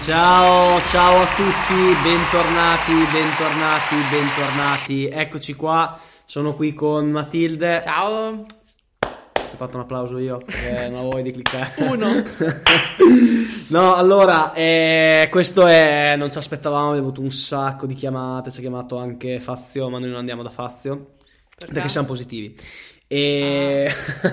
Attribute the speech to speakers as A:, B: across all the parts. A: Ciao, ciao a tutti, bentornati, bentornati, bentornati. Eccoci qua, sono qui con Matilde.
B: Ciao.
A: Ti ho fatto un applauso io perché non avevo di cliccare.
B: Uno.
A: no, allora, eh, questo è... non ci aspettavamo, abbiamo avuto un sacco di chiamate, ci ha chiamato anche Fazio, ma noi non andiamo da Fazio perché, siamo positivi. E...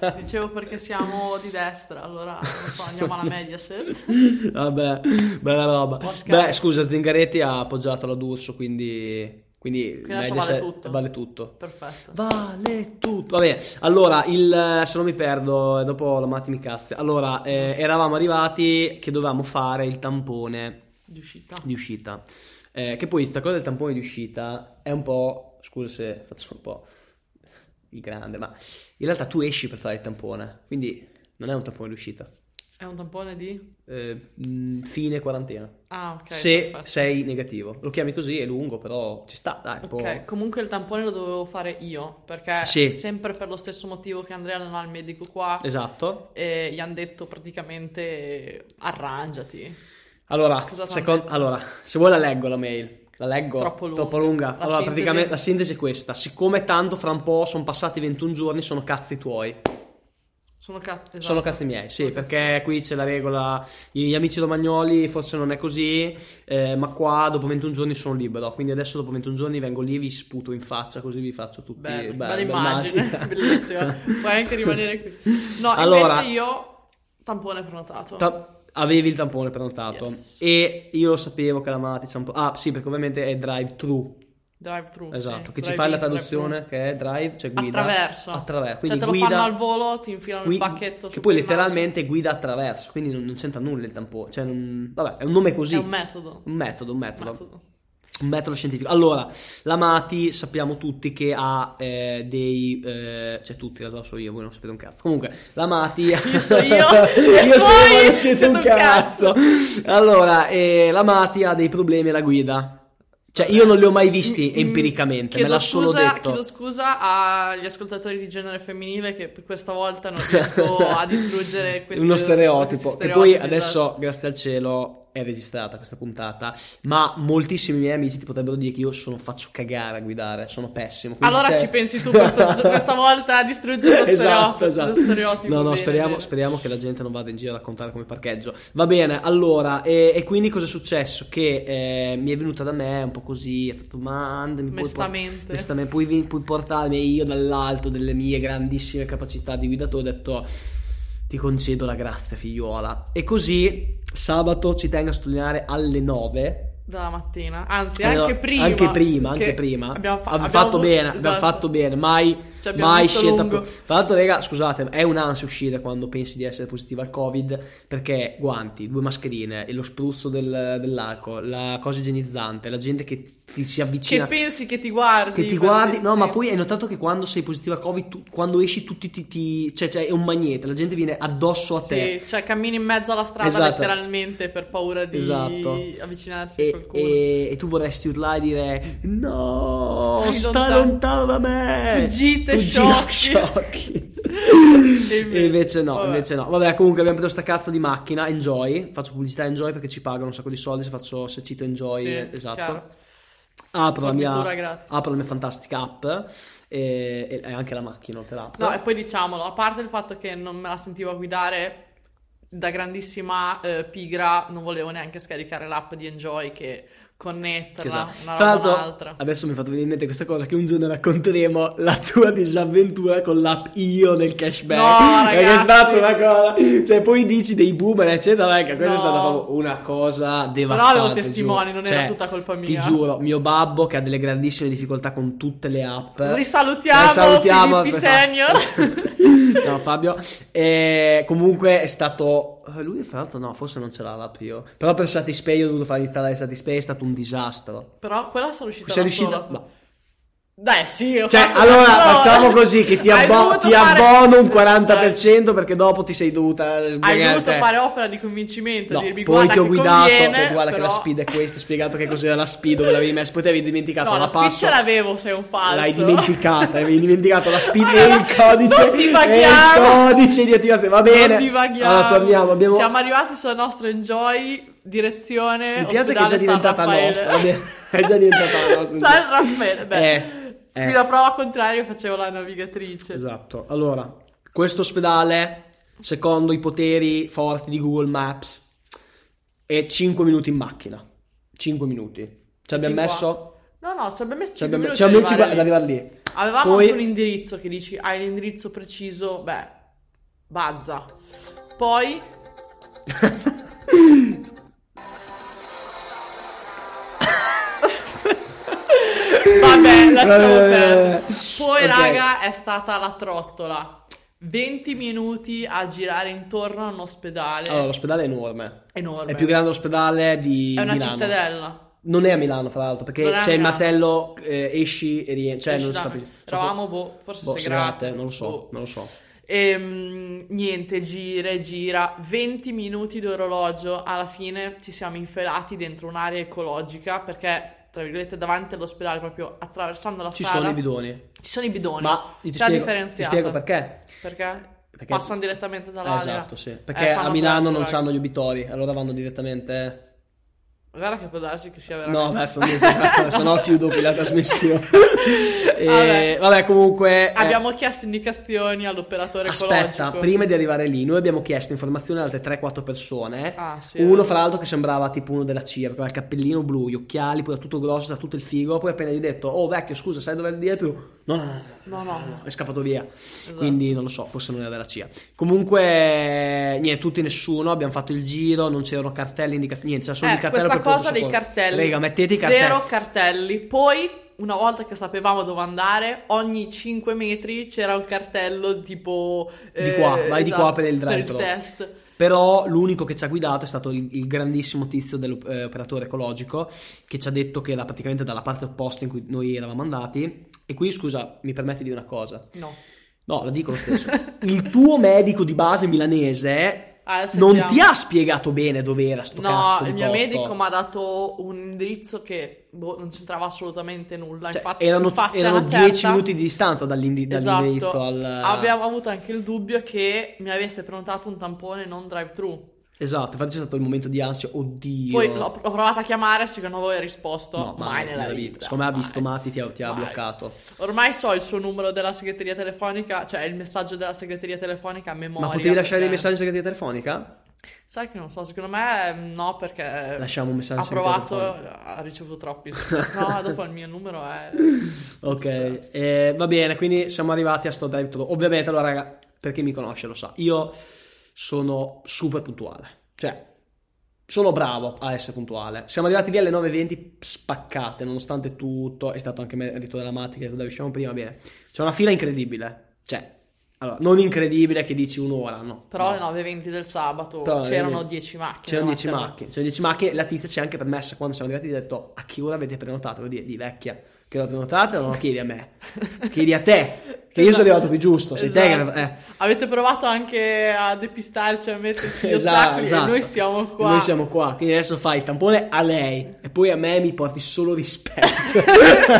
B: Ah, Dicevo perché siamo di destra, allora non so, andiamo alla Mediaset.
A: Vabbè, bella roba.
B: Oscar.
A: Beh, scusa, Zingaretti ha appoggiato la D'Urso, quindi... Quindi
B: Quindi adesso
A: Mediaset-
B: vale tutto.
A: Vale tutto.
B: Perfetto.
A: Vale tutto. Vabbè, allora, il, se non mi perdo, eh, dopo la Matti mi cazza. Allora, eh, eravamo arrivati che dovevamo fare il tampone
B: Di uscita.
A: di uscita. Eh, che poi sta cosa del tampone di uscita è un po'... Scusa se faccio un po' il grande, ma in realtà tu esci per fare il tampone, quindi non è un tampone di uscita.
B: È un tampone di?
A: Eh, mh, fine quarantena.
B: Ah, ok.
A: se
B: perfetto.
A: sei negativo. Lo chiami così, è lungo, però ci sta, dai, un po'.
B: Ok, comunque il tampone lo dovevo fare io, perché
A: Sì.
B: sempre per lo stesso motivo che Andrea non ha il medico qua,
A: Esatto.
B: e gli hanno detto praticamente arrangiati.
A: Allora,
B: Cosa fa
A: secon-
B: adesso?
A: allora, se vuoi la leggo la mail. La leggo
B: Troppo lunga. La
A: allora,
B: sintesi?
A: praticamente la sintesi è questa. Siccome tanto fra un po' sono passati 21 giorni, sono cazzi tuoi.
B: Esatto. Sono esatto. cazzo.
A: Sono cazzi miei, sì, perché qui c'è la regola. Gli amici romagnoli forse non è così, eh, ma qua dopo 21 giorni sono libero. Quindi adesso dopo 21 giorni vengo lì, vi sputo in faccia, così vi faccio tutti
B: Bella,
A: be-
B: bella
A: belle
B: immagine,
A: immagini.
B: bellissima. Puoi anche rimanere qui. No,
A: Allora-
B: invece io tampone prenotato.
A: Ta- avevi il tampone prenotato
B: Yes.
A: e io lo sapevo che la Mati c'ha un po'. Ah, sì, perché ovviamente è drive-thru.
B: drive thru.
A: Esatto, che ci fai la traduzione che è drive, cioè guida.
B: Attraverso.
A: Attraverso.
B: Cioè
A: Quindi
B: te lo
A: guida.
B: fanno al volo, ti infilano
A: gui-
B: il pacchetto
A: che
B: sotto
A: poi
B: il naso.
A: letteralmente guida attraverso, quindi non, non c'entra nulla il tampone. Cioè, non- vabbè, è un nome così.
B: È un metodo.
A: Un metodo, un metodo.
B: metodo.
A: Un metodo scientifico. Allora, la Mati sappiamo tutti che ha eh, dei... eh, cioè tutti, la so io, voi non sapete un cazzo. Comunque, la Mati...
B: Io so io, e
A: io so io,
B: voi
A: ma non siete un cazzo. Allora, eh, la Mati ha dei problemi alla guida. Cioè, io non li ho mai visti
B: Mm,
A: empiricamente, me
B: chiedo
A: l'ha solo
B: scusa-
A: detto.
B: Chiedo scusa agli ascoltatori di genere femminile che per questa volta non riesco a distruggere questi,
A: Esatto. uno stereotipo
B: questi
A: che poi
B: stereotipi,
A: adesso
B: esatto.
A: grazie al cielo è registrata questa puntata ma moltissimi miei amici ti potrebbero dire che io sono faccio cagare a guidare sono pessimo quindi
B: Allora
A: se-
B: ci pensi tu questo- questa volta a distruggere lo
A: esatto,
B: stereotipo.
A: esatto.
B: lo stereotipo,
A: no no
B: bene,
A: speriamo,
B: bene.
A: speriamo che la gente non vada in giro a raccontare come parcheggio va bene allora e, e quindi cosa è successo che eh, mi è venuta da me un po' così ha fatto ma andami puoi portare
B: Mestamente.
A: questa me puoi, vi- puoi portarmi e io dall'alto delle mie grandissime capacità di guidatore ho detto ti concedo la grazia figliuola e così sabato ci tengo a sottolineare alle 9
B: Dalla mattina, anzi,
A: Allora,
B: anche prima.
A: anche prima,
B: che
A: anche prima.
B: Abbiamo, fa-
A: Abbiamo
B: abbiamo
A: fatto
B: avuto-
A: bene abbiamo
B: esatto.
A: fatto bene mai
B: Ci abbiamo
A: mai
B: visto
A: scelta
B: lungo.
A: po- tra l'altro raga scusate è un'ansia uscire quando pensi di essere positiva al covid perché guanti due mascherine e lo spruzzo del- dell'alcol la cosa igienizzante la gente che ti si
B: Che
A: avvicina
B: pensi che ti guardi?
A: che ti
B: per
A: guardi,
B: dire
A: no,
B: sì.
A: ma poi hai notato che quando sei positiva al Covid, tu- quando esci, tutti ti, ti- cioè, cioè, è un magnete, la gente viene addosso a te.
B: Sì, cioè cammini in mezzo alla strada
A: Esatto.
B: letteralmente per paura di
A: Esatto.
B: avvicinarsi a
A: E,
B: qualcuno.
A: e- e tu vorresti urlare e dire: No,
B: Stai
A: sta
B: lontano.
A: lontano da me.
B: Fuggite,
A: Fuggite,
B: sciocchi."
A: sciocchi.
B: E
A: E invece no,
B: vabbè.
A: invece no. Vabbè, comunque abbiamo preso sta cazzo di macchina, Enjoy. Faccio pubblicità a Enjoy perché ci pagano un sacco di soldi se faccio se cito Enjoy.
B: Sì,
A: esatto.
B: chiaro.
A: Apro la, mia,
B: Fornitura gratis.
A: apro la mia fantastica app e, e- e anche la macchina, oltre l'app.
B: No, e poi diciamolo, a parte il fatto che non me la sentivo a guidare, da grandissima eh, pigra non volevo neanche scaricare l'app di Enjoy che
A: Che
B: connetterla
A: sa-
B: una
A: Tra
B: roba
A: l'altro,
B: all'altra.
A: adesso mi è fatto venire in mente questa cosa che un giorno racconteremo la tua disavventura con l'app Io del cashback.
B: No,
A: Perché è
B: ragazzi.
A: stata una cosa. Cioè, poi dici dei boomer, eccetera. raga, questa è
B: No.
A: stata proprio una cosa devastante.
B: Però avevo testimoni,
A: giuro.
B: non era
A: Cioè,
B: tutta colpa mia.
A: Ti giuro, mio babbo che ha delle grandissime difficoltà con tutte le app. Eh,
B: Risalutiamo
A: Risalutiamo
B: Filippi Senior.
A: Ciao Fabio. E comunque è stato. eh, Lui, fra l'altro, no, forse non ce l'ha l'app io. Però per Satispay, io ho dovuto far installare Satispay, è stato un disastro.
B: Però quella sono riuscita
A: Sei
B: da
A: riuscita.
B: sola.
A: no.
B: Dai, sì, ho
A: Cioè,
B: fatto
A: allora
B: da sola.
A: facciamo così: che ti,
B: Hai
A: abbo-
B: dovuto
A: ti
B: fare- Eh,
A: abbono un 40% perché dopo ti sei dovuta
B: Hai
A: sbrigare
B: dovuto
A: te.
B: fare opera di convincimento,
A: No,
B: dirmi
A: poi
B: guarda
A: ti ho
B: che
A: guidato,
B: conviene,
A: e guarda che la
B: però-
A: speed è questa, ho spiegato che cos'era la speed, dove l'avevi messa, poi ti avevi dimenticato
B: No,
A: la
B: la speed
A: passo.
B: ce l'avevo, sei un falso.
A: L'hai dimenticata, avevi dimenticato la speed e
B: Allora,
A: il codice.
B: non
A: e il
B: divaghiamo.
A: codice di attivazione. Va bene.
B: Non divaghiamo.
A: Allora torniamo. Abbiamo...
B: Siamo arrivati sul nostro enjoy direzione
A: Mi piace che è già
B: ospedale San
A: diventata
B: Raffaele.
A: nostra. vabbè. È già diventata nostra.
B: San Raffaele, beh,
A: Eh, eh.
B: fino a prova contraria facevo la navigatrice.
A: Esatto. Allora, questo ospedale, secondo i poteri forti di Google Maps, è 5 minuti in macchina. 5 minuti. Ci abbiamo
B: Di qua.
A: messo...
B: No, no, ci abbiamo messo
A: Ci
B: 5
A: abbiamo
B: minuti
A: ci abbiamo messo
B: ad
A: ad
B: arrivare lì.
A: arrivare lì.
B: Avevamo
A: Poi-
B: anche un indirizzo che dici, hai l'indirizzo preciso, beh, bazza. Poi, vabbè, lasciamo perdere. Poi,
A: Ok.
B: raga, è stata la trottola. 20 minuti a girare intorno a un ospedale
A: Allora, l'ospedale è enorme.
B: enorme.
A: Oh, È più grande l'ospedale di
B: È una
A: Milano.
B: cittadella.
A: Non è a Milano, fra l'altro, perché
B: Non è a
A: c'è il
B: Milano.
A: martello eh, esci e rientri. Cioè,
B: Esci
A: non si
B: da-
A: capisce.
B: Eravamo, boh, forse
A: Boh,
B: segrate.
A: segrate, non lo so,
B: boh.
A: non lo so.
B: Ehm, niente, gira e gira. 20 minuti d'orologio. Alla fine ci siamo infelati dentro un'area ecologica perché, tra virgolette, davanti all'ospedale, proprio attraversando la
A: Ci
B: strada,
A: sono i bidoni.
B: ci sono i bidoni.
A: Ma ti
B: Già
A: spiego, ti
B: differenziata.
A: spiego perché.
B: Perché?
A: Perché-
B: Passano direttamente dall'area.
A: Esatto, sì. Perché
B: Eh, fanno
A: a Milano non
B: prezzo,
A: c'hanno gli obitori, allora vanno direttamente.
B: Guarda che può darsi che sia veramente...
A: No, adesso non dico, se no chiudo qui la trasmissione. E, vabbè.
B: Vabbè.
A: comunque. eh,
B: Abbiamo chiesto indicazioni all'operatore
A: Aspetta,
B: ecologico.
A: prima di arrivare lì, noi abbiamo chiesto informazioni ad altre 3-4 persone.
B: Ah, sì.
A: Uno, fra l'altro, che sembrava tipo uno della CIA, perché aveva il cappellino blu, gli occhiali, poi era tutto grosso, era tutto il figo. Poi appena gli ho detto, oh vecchio, scusa, sai dove è il dietro? No, no, no,
B: No, no, no.
A: è scappato via.
B: Esatto.
A: Quindi non lo so, forse non era della CIA. Comunque, niente, tutti nessuno. Abbiamo fatto il giro, non c'erano cartelli, indicazioni, niente, c'era solo il
B: Eh,
A: cartello
B: questa
A: per
B: cosa
A: pronto
B: dei
A: soccorso.
B: cartelli.
A: Raga, mettete i cartelli.
B: Zero cartelli. Poi, una volta che sapevamo dove andare, ogni 5 metri c'era un cartello tipo... eh, esatto,
A: Di qua, vai di qua per il drive-thru.
B: test.
A: Però l'unico che ci ha guidato è stato il, il grandissimo tizio dell'operatore ecologico che ci ha detto che era praticamente dalla parte opposta in cui noi eravamo andati. E qui, scusa, mi permetti di dire una cosa.
B: No.
A: No, la dico lo stesso. il tuo medico di base milanese
B: Ah,
A: non
B: sentiamo.
A: ti ha spiegato bene dove era sto
B: No,
A: cazzo di
B: il mio
A: posto.
B: medico mi ha dato un indirizzo che boh, non c'entrava assolutamente nulla.
A: Cioè,
B: infatti,
A: erano
B: infatti
A: erano
B: alla
A: 10
B: certa-
A: minuti di distanza dall'indi- dall'indirizzo
B: Esatto.
A: al...
B: Abbiamo avuto anche il dubbio che mi avesse prenotato un tampone non drive-thru.
A: Esatto, infatti c'è stato il momento di ansia, oddio.
B: Poi l'ho, l'ho provata a chiamare, secondo voi ha risposto
A: No,
B: mai, nella vita.
A: Siccome ha
B: mai.
A: visto Matti ti ha, ti ha
B: Mai.
A: bloccato.
B: Ormai so il suo numero della segreteria telefonica, cioè il messaggio della segreteria telefonica a memoria.
A: Ma potevi lasciare
B: perché-
A: dei messaggi in segreteria telefonica?
B: Sai che non so, secondo me eh, no perché
A: Lasciamo un messaggio
B: ha
A: in
B: provato,
A: segreteria
B: ha ricevuto troppi. no, dopo il mio numero è...
A: Ok, eh, va bene, quindi siamo arrivati a sto drive thru. Ovviamente, allora, raga, per chi mi conosce lo sa, io sono super puntuale. Cioè, sono bravo a essere puntuale. Siamo arrivati lì alle 9.20 spaccate, nonostante tutto. È stato anche merito della Matti che usciamo prima, bene. C'è una fila incredibile. Cioè, allora, non incredibile che dici un'ora, no.
B: Però
A: no.
B: alle 9.20 del sabato
A: Però alle
B: c'erano
A: 9:20.
B: 10 macchine. cioè,
A: C'erano 10
B: davanti a me.
A: macchine, c'erano 10 macchine, la tizia ci ha anche permessa quando siamo arrivati, gli ha detto a che ora avete prenotato? Io dire, di vecchia, che l'ho prenotata, non lo chiedi a me, chiedi a te, che io sono
B: Esatto.
A: arrivato qui giusto, sei te
B: Esatto.
A: che... eh.
B: Avete provato anche a depistarci, a metterci gli
A: Esatto,
B: ostacoli
A: esatto.
B: e noi siamo qua.
A: Noi siamo qua, quindi adesso fai il tampone a lei e poi a me mi porti solo rispetto.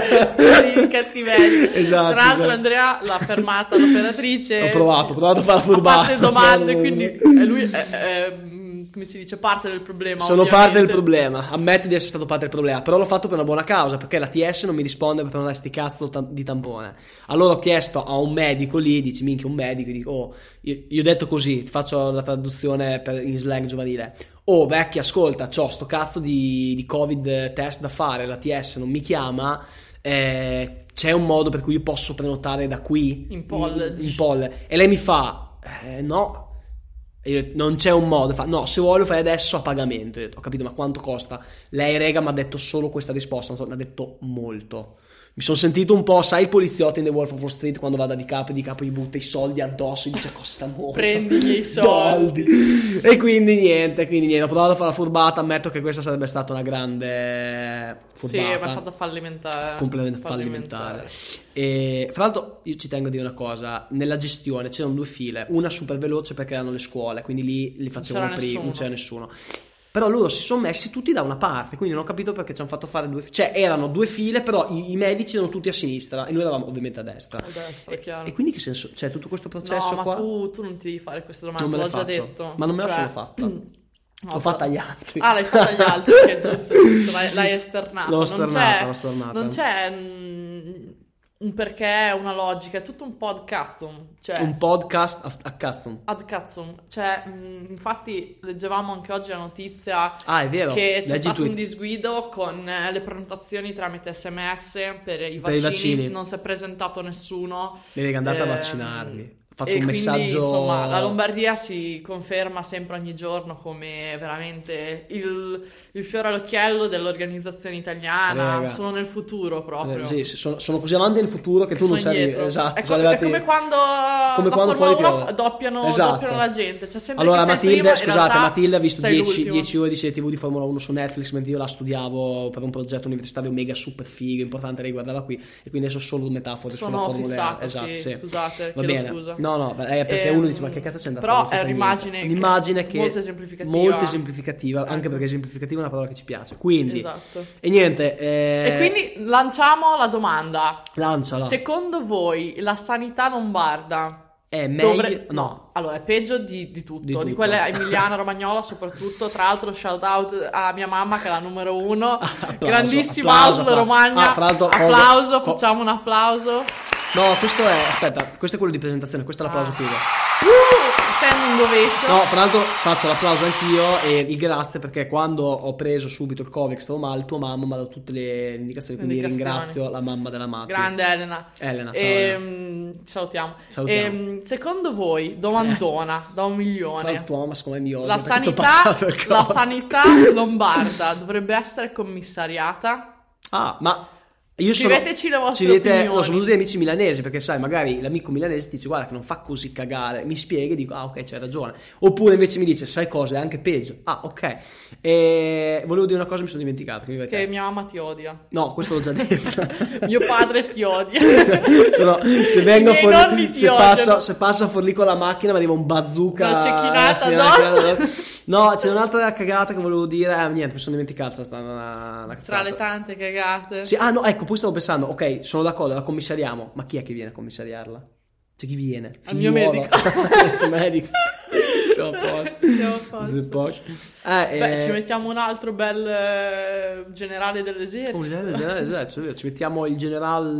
B: Sì, cattivelli.
A: Esatto,
B: Tra l'altro,
A: esatto.
B: Andrea l'ha fermata l'operatrice.
A: Ho provato, ho provato a fare la furbata.
B: Ha fatto domande, quindi eh, lui è, è, mm, come si dice, parte del problema.
A: Sono
B: ovviamente.
A: parte del problema, ammetto di essere stato parte del problema, però l'ho fatto per una buona causa, perché la TS non mi risponde per prendere sti cazzo tam- di tampone. Allora ho chiesto a un medico lì, dici minchia un medico, dico, oh, io, io ho detto così, ti faccio la traduzione per- in slang giovanile. Oh vecchia, ascolta, c'ho sto cazzo di, di covid test da fare, la TS non mi chiama, eh, c'è un modo per cui io posso prenotare da qui?
B: In poll.
A: In poll. E lei mi fa, "Eh, no, e io ho detto, non c'è un modo. Fa, no, se vuoi lo fai adesso a pagamento. Io ho detto, ho capito, ma quanto costa? Lei, rega, mi ha detto solo questa risposta. non so, Mi ha detto molto. Mi sono sentito un po', sai, il poliziotto in The Wolf of Wall Street quando vada di capo e di capo gli butta i soldi addosso e dice costa molto.
B: Prendi i
A: Soldi.
B: soldi.
A: E quindi niente, quindi niente. Ho provato a fare la furbata. Ammetto che questa sarebbe stata una grande
B: Sì,
A: furbata.
B: ma è stata fallimentare.
A: Complement- fallimentare. E, fra l'altro, io ci tengo a dire una cosa: nella gestione c'erano due file, una super veloce perché erano le scuole, quindi lì li facevano
B: c'era
A: prima, non
B: nessuno.
A: c'era nessuno. Però loro si sono messi tutti da una parte, quindi non ho capito perché ci hanno fatto fare due file. Cioè, erano due file, però i, i medici erano tutti a sinistra e noi eravamo ovviamente a destra.
B: A destra,
A: e,
B: chiaro.
A: e quindi che senso? Cioè, tutto questo
B: No,
A: processo
B: ma
A: qua
B: tu, tu non ti devi fare queste domande,
A: non me le
B: l'ho già
A: faccio.
B: detto.
A: Ma non me la
B: Cioè,
A: sono fatta.
B: No,
A: L'ho fatta agli altri.
B: Ah, l'hai fatta agli altri, che è giusto, giusto, l'hai, l'hai esternata.
A: L'ho
B: Non
A: stornata,
B: c'è-
A: l'ho stornata.
B: Non c'è mm, un perché, una logica, è tutto un podcast, cioè
A: Un podcast a, a cazzo.
B: ad cazzo. Cioè, mm, infatti leggevamo anche oggi la notizia
A: Ah, è vero.
B: che c'è
A: Leggi
B: stato
A: tu.
B: un disguido con eh, le prenotazioni tramite SMS per i vaccini,
A: Per i vaccini.
B: non si è presentato nessuno.
A: Devi andare a
B: Ehm,
A: vaccinarli. Faccio
B: e
A: un
B: quindi,
A: messaggio.
B: Insomma, la Lombardia si conferma sempre ogni giorno come veramente il, il fiore all'occhiello dell'organizzazione italiana.
A: Raga.
B: Sono nel futuro proprio.
A: Eh, sì, sì, sono, sono così avanti nel futuro che tu
B: Sono
A: non c'eri.
B: indietro.
A: Esatto,
B: è,
A: sono
B: come, è
A: arrivati-
B: come quando
A: come
B: la
A: quando
B: Formula
A: fuori
B: 1
A: piove.
B: doppiano,
A: Esatto.
B: doppiano la gente. C'è sempre
A: Allora,
B: chi sei
A: Matilde,
B: prima, in
A: scusate,
B: realtà
A: Matilde ha visto
B: sei
A: 10,
B: l'ultimo.
A: 10 ore di serie TV di Formula 1 su Netflix, mentre io la studiavo per un progetto universitario mega super figo, importante, riguardava qui, e quindi adesso solo metafore sulla
B: Sono
A: Formula 1.
B: fissato,
A: esatto,
B: sì,
A: sì.
B: scusate,
A: Va
B: chiedo
A: bene.
B: scusa.
A: No, no, beh, eh, perché
B: Ehm,
A: uno dice ma che cazzo c'è andato?
B: però
A: Non c'entra
B: è
A: niente."
B: un'immagine che-
A: un'immagine che
B: molto esemplificativa.
A: molto esemplificativa, anche
B: Ecco.
A: perché esemplificativa è una parola che ci piace. Quindi
B: Esatto.
A: e niente, eh,
B: E quindi lanciamo la domanda.
A: lanciala.
B: Secondo voi la sanità lombarda
A: è meglio
B: dovrebbe...
A: no,
B: Allora, è peggio di, di tutto, di,
A: Di tutto.
B: quella emiliana romagnola soprattutto. Tra l'altro, shout out a mia mamma che è la numero uno.
A: Applauso,
B: Grandissima
A: applauso,
B: Auslo
A: applauso.
B: Romagna.
A: Ah, fra l'altro, cosa-
B: applauso,
A: co-
B: facciamo un applauso.
A: No, questo è. Aspetta, questo è quello di presentazione, questo è l'applauso
B: Ah.
A: figo.
B: Uh, standing ovation.
A: No, fra l'altro faccio l'applauso anch'io e il grazie perché quando ho preso subito il Covid stavo male, tua mamma mi ha dato tutte le indicazioni, quindi
B: Indicazioni.
A: ringrazio la mamma della Matti.
B: Grande Elena.
A: Elena, ciao. Elena.
B: Ehm, salutiamo.
A: Salutiamo.
B: Ehm, secondo voi, domandona da un
A: Fra l'altro
B: milione,
A: tua mamma secondo me mi odia
B: la
A: perché ti ho
B: sanità,
A: passato il Covid.
B: la sanità lombarda dovrebbe essere commissariata?
A: Ah, ma io sono...
B: Scriveteci le vostre
A: Ci dite, no,
B: opinioni.
A: soprattutto gli amici milanesi, perché sai, magari l'amico milanese ti dice guarda che non fa così cagare, mi spieghi e dico ah ok c'hai ragione, oppure invece mi dice sai cosa è anche peggio, ah ok, e volevo dire una cosa mi sono dimenticato, quindi vai te.
B: Che mia mamma ti odia.
A: no questo l'ho già detto,
B: Mio padre ti odia.
A: Sono- se vengo
B: I miei
A: fuori,
B: nonni ti
A: se
B: odiano.
A: passa, se passa fuori lì con la macchina mi arriva un bazooka
B: Una cecchinata
A: sì, una
B: addosso.
A: cecchinata no c'è un'altra cagata che volevo dire eh, niente mi sono dimenticato sta una, una
B: Tra
A: cazzata
B: le tante cagate.
A: Sì, ah no ecco poi stavo pensando ok sono d'accordo la commissariamo ma chi è che viene a commissariarla cioè chi viene
B: Al mio
A: Figliuolo.
B: medico.
A: Il tuo medico ciao a posto
B: Siamo a posto.
A: The posh. eh,
B: Beh,
A: eh,
B: ci mettiamo un altro bel eh, generale dell'esercito.
A: oh, generale, generale, generale, cioè, ci mettiamo il generale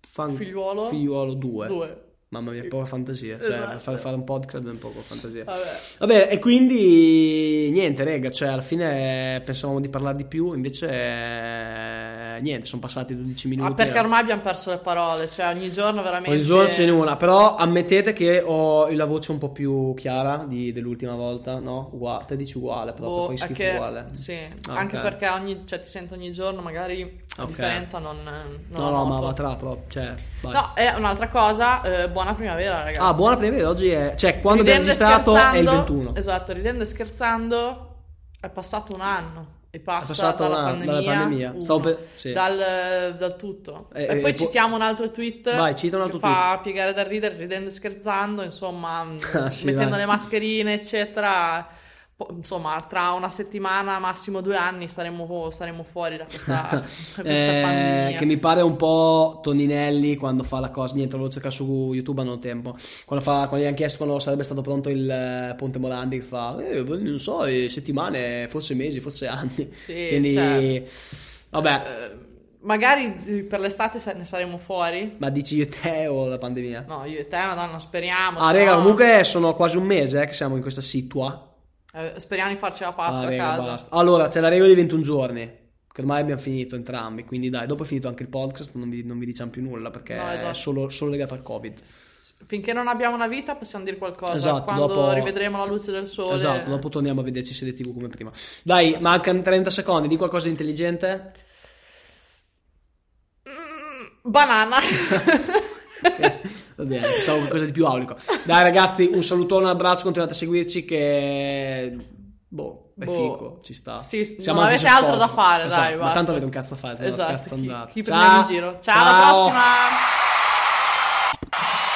A: fan-
B: Figliuolo?
A: figliuolo 2
B: Due.
A: Mamma mia, poca fantasia. Cioè,
B: Esatto. Ah.
A: far- fare un podcast è un poco fantasia.
B: Vabbè.
A: Vabbè, e quindi niente, rega, cioè alla fine pensavamo di parlare di più, invece eh, niente, sono passati 12 minuti.
B: Ah, perché
A: eh.
B: ormai abbiamo perso le parole, cioè ogni giorno veramente...
A: Ogni giorno ce n'è una, però ammettete che ho la voce un po' più chiara di- dell'ultima volta, no? Ugua- te dici uguale, proprio,
B: Boh,
A: fai
B: è
A: schifo
B: che-
A: uguale.
B: Sì,
A: Ah,
B: anche
A: ok.
B: perché ogni, cioè, ti sento ogni giorno, magari la
A: Ok.
B: differenza non... non
A: No,
B: la
A: no, ma
B: noto.
A: va tra proprio, cioè, vai.
B: No, è un'altra cosa, eh, buona primavera ragazzi.
A: Ah, buona primavera, oggi è... Cioè, quando abbiamo
B: Ridendo e
A: registrato è il
B: scherzando-
A: 21.
B: Esatto, ridendo e scherzando è passato un anno e passa
A: È passato
B: dalla,
A: un anno,
B: pandemia, Uh.
A: dalla pandemia.
B: uno,
A: Stavo per- sì.
B: dal, dal tutto.
A: Eh,
B: e
A: eh,
B: poi
A: e po-
B: citiamo un altro tweet
A: Vai, cita un altro
B: che fa piegare dal ridere, ridendo e scherzando, insomma, mh,
A: Ah, sì,
B: mettendo
A: vai.
B: le mascherine, eccetera. Po- Insomma, tra una settimana, massimo due anni, staremo, staremo fuori da questa, da questa
A: Eh,
B: pandemia.
A: che mi pare un po' Toninelli quando fa la cosa. Niente, lo cercare su YouTube, non ho tempo. Quando, fa, quando gli hanno chiesto quando sarebbe stato pronto il eh, Ponte Morandi, che fa, "Eh, non so, eh, settimane, forse mesi, forse anni.
B: Sì,
A: Quindi,
B: cioè,
A: vabbè,
B: eh, magari eh, per l'estate se- ne saremo fuori.
A: ma dici io e te o la pandemia?
B: No, io e te, madonna, speriamo.
A: ah,
B: se
A: raga,
B: no-
A: comunque sono quasi un mese eh, che siamo in questa situa.
B: Eh, speriamo di farcela
A: Ah,
B: pasta a
A: raga,
B: casa.
A: basta. Allora, c'è la regola di 21 giorni. Che ormai abbiamo finito entrambi. Quindi, dai, dopo è finito anche il podcast, non vi, non vi diciamo più nulla perché
B: No, esatto.
A: è solo- solo legato al Covid.
B: S- Finché non abbiamo una vita possiamo dire qualcosa.
A: Esatto,
B: Quando
A: dopo-
B: rivedremo la luce del sole.
A: Esatto, dopo torniamo a vederci serie TV come prima. Dai, mancano 30 secondi, di qualcosa di intelligente?
B: Mm, banana.
A: Va bene, pensavo qualcosa di più aulico. Dai ragazzi, un salutone, un abbraccio, continuate a seguirci che boh, è
B: Boh.
A: figo, ci sta.
B: Sì, s-
A: Siamo
B: non
A: anche
B: avete
A: su
B: altro da
A: Spotify.
B: fare,
A: Esatto,
B: dai,
A: Ma
B: basta.
A: tanto avete un cazzo da fare, se no
B: esatto.
A: scherzo
B: Chi,
A: andato.
B: chi
A: Ciao.
B: prendiamo in giro. Ciao, alla prossima.